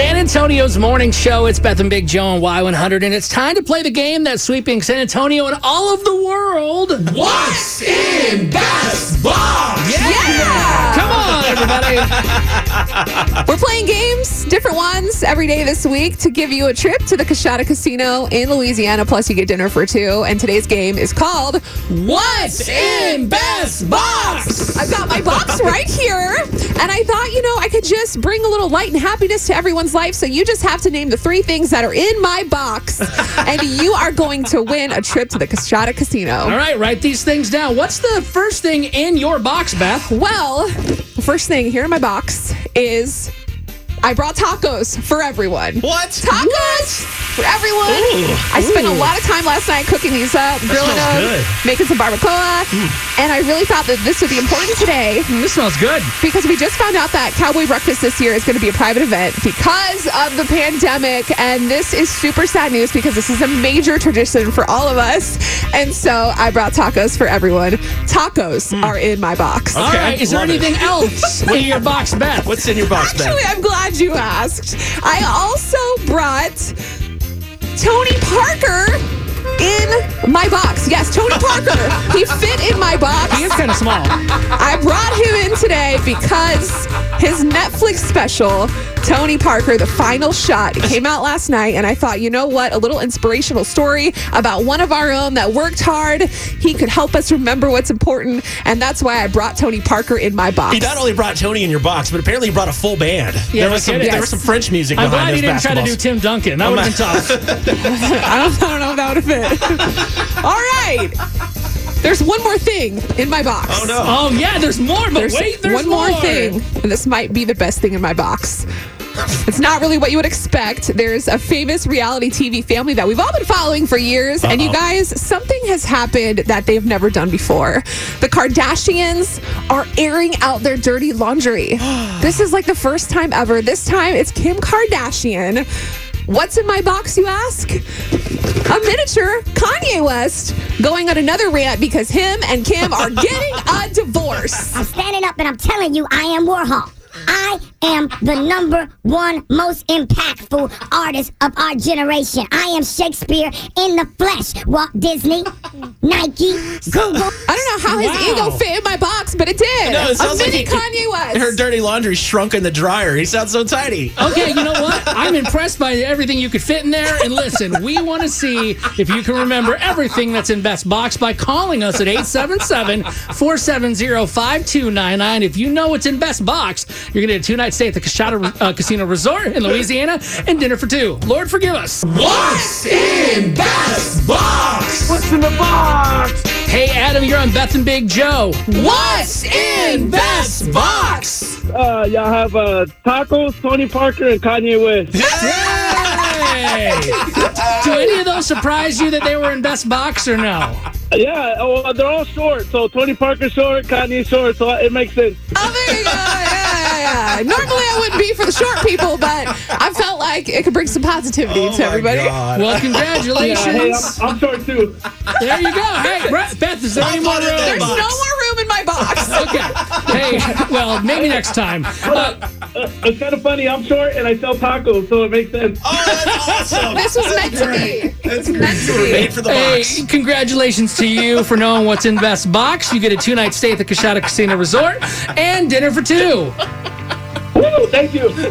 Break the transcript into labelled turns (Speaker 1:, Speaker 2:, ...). Speaker 1: Antonio's morning show. It's Beth and Big Joe on Y100, and it's time to play the game that's sweeping San Antonio and all of the world.
Speaker 2: What's in Beth's box?
Speaker 1: Come on, everybody.
Speaker 3: We're playing games, different ones, every day this week to give you a trip to the Kashada Casino in Louisiana. Plus, you get dinner for two. And today's game is called
Speaker 1: What's in Beth's box?
Speaker 3: I've got my box right here. And I thought, you know, I could just bring a little light and happiness to everyone's life. So you just have to name the three things that are in my box. and you are going to win a trip to the Kashada
Speaker 1: All
Speaker 3: Casino.
Speaker 1: right, write these things down. What's the first thing in your box, Beth?
Speaker 3: Well, the first thing here in my box is I brought tacos for everyone.
Speaker 4: What?
Speaker 3: tacos for everyone. I spent a lot of time last night cooking these up, grilling
Speaker 4: smells
Speaker 3: them,
Speaker 4: good. Hmm.
Speaker 3: making some barbacoa, and I really thought that this would be important today
Speaker 1: This smells good.
Speaker 3: because we just found out that Cowboy Breakfast this year is going to be a private event because of the pandemic, and this is super sad news because this is a major tradition for all of us, and so I brought tacos for everyone. Tacos
Speaker 4: Hmm.
Speaker 3: are in my box.
Speaker 1: All
Speaker 4: Okay,
Speaker 1: right, is there
Speaker 4: love it.
Speaker 1: anything else in your box, Beth?
Speaker 4: What's in your box, Beth?
Speaker 3: Actually, I'm glad you asked. I also brought Tony Parker in my box. Yes, Tony Parker. he fit in my box.
Speaker 1: It's kind of small.
Speaker 3: I brought him in today because his Netflix special, Tony Parker, The Final Shot, it came out last night, and I thought, you know what? A little inspirational story about one of our own that worked hard. He could help us remember what's important, and that's why I brought Tony Parker in my box.
Speaker 4: He not only brought Tony in your box, but apparently he brought a full band.
Speaker 1: Yeah,
Speaker 4: there was
Speaker 1: no
Speaker 4: some
Speaker 1: kidding.
Speaker 4: there
Speaker 1: Yes.
Speaker 4: was some French music
Speaker 1: I'm
Speaker 4: behind
Speaker 1: glad he didn't
Speaker 4: those
Speaker 1: try to do
Speaker 4: basketballs. Oh,
Speaker 1: Tim Duncan. That would have been tough.
Speaker 3: I don't, I don't know if that would have fit. All right. There's one more thing in my box.
Speaker 4: Oh no!
Speaker 1: Oh yeah, there's more. But
Speaker 3: There's
Speaker 1: wait, there's
Speaker 3: one more, thing, and this might be the best thing in my box. It's not really what you would expect. There's a famous reality TV family that we've all been following for years, and you guys, something has happened that they've never done before. The Kardashians are airing out their dirty laundry. this is like the first time ever. This time it's Kim Kardashian. What's in my box, you ask? a miniature Kanye West going on another rant because him and Kim are getting a divorce.
Speaker 5: I'm standing up and I'm telling you, I am Warhol. I am the number one most impactful artist of our generation. I am Shakespeare in the flesh. Walt Disney, Nike, Google.
Speaker 3: I don't know how his
Speaker 1: Wow.
Speaker 3: ego fit in my box, but it did.
Speaker 4: No, it
Speaker 3: a
Speaker 4: sounds like
Speaker 3: mini
Speaker 4: he-
Speaker 3: Kanye West.
Speaker 4: Her dirty laundry shrunk in the dryer. He sounds so tiny.
Speaker 1: Okay, you know what? I'm impressed by everything you could fit in there. And listen, we want to see if you can remember everything that's in Best Box by calling us at 877 470 5299. If you know what's in Best Box, you're going to get a two night stay at the Cachada uh, Casino Resort in Louisiana and dinner for two. Lord forgive us.
Speaker 2: What's in Beth's box?
Speaker 1: Hey, Adam, you're on Beth and Big Joe.
Speaker 3: What's in
Speaker 1: Best
Speaker 4: Box.
Speaker 6: Uh, y'all have uh, tacos, Tony Parker, and Kanye West.
Speaker 1: Hey! Do any of those surprise you that they were in Best Box or no?
Speaker 6: yeah, oh, they're all short. So Tony Parker short, Kanye short. So uh, it makes sense.
Speaker 3: Oh, there you go. Yeah, yeah, yeah. Normally I wouldn't be for the short people, but I felt like it could bring some positivity
Speaker 4: Oh
Speaker 3: to
Speaker 4: my
Speaker 3: everybody.
Speaker 4: God.
Speaker 1: Well, congratulations.
Speaker 6: Yeah, hey, I'm, I'm short too.
Speaker 1: There you go. Hey, Bre- Beth, is there any more
Speaker 4: wanted that
Speaker 3: There's
Speaker 1: room?
Speaker 3: no
Speaker 4: Box.
Speaker 3: more room in my box.
Speaker 1: Okay. Hey, well, maybe next time. Uh,
Speaker 6: It's kind of funny. I'm short and I sell tacos, so it makes sense.
Speaker 4: Oh, that's awesome.
Speaker 3: This was meant to be. It's meant to be.
Speaker 4: Made for the
Speaker 1: Uh, hey,
Speaker 4: box.
Speaker 1: congratulations to you for knowing what's in Best Box. You get a two night stay at the Kashada Casino Resort and dinner for two.
Speaker 6: Woo! Thank you.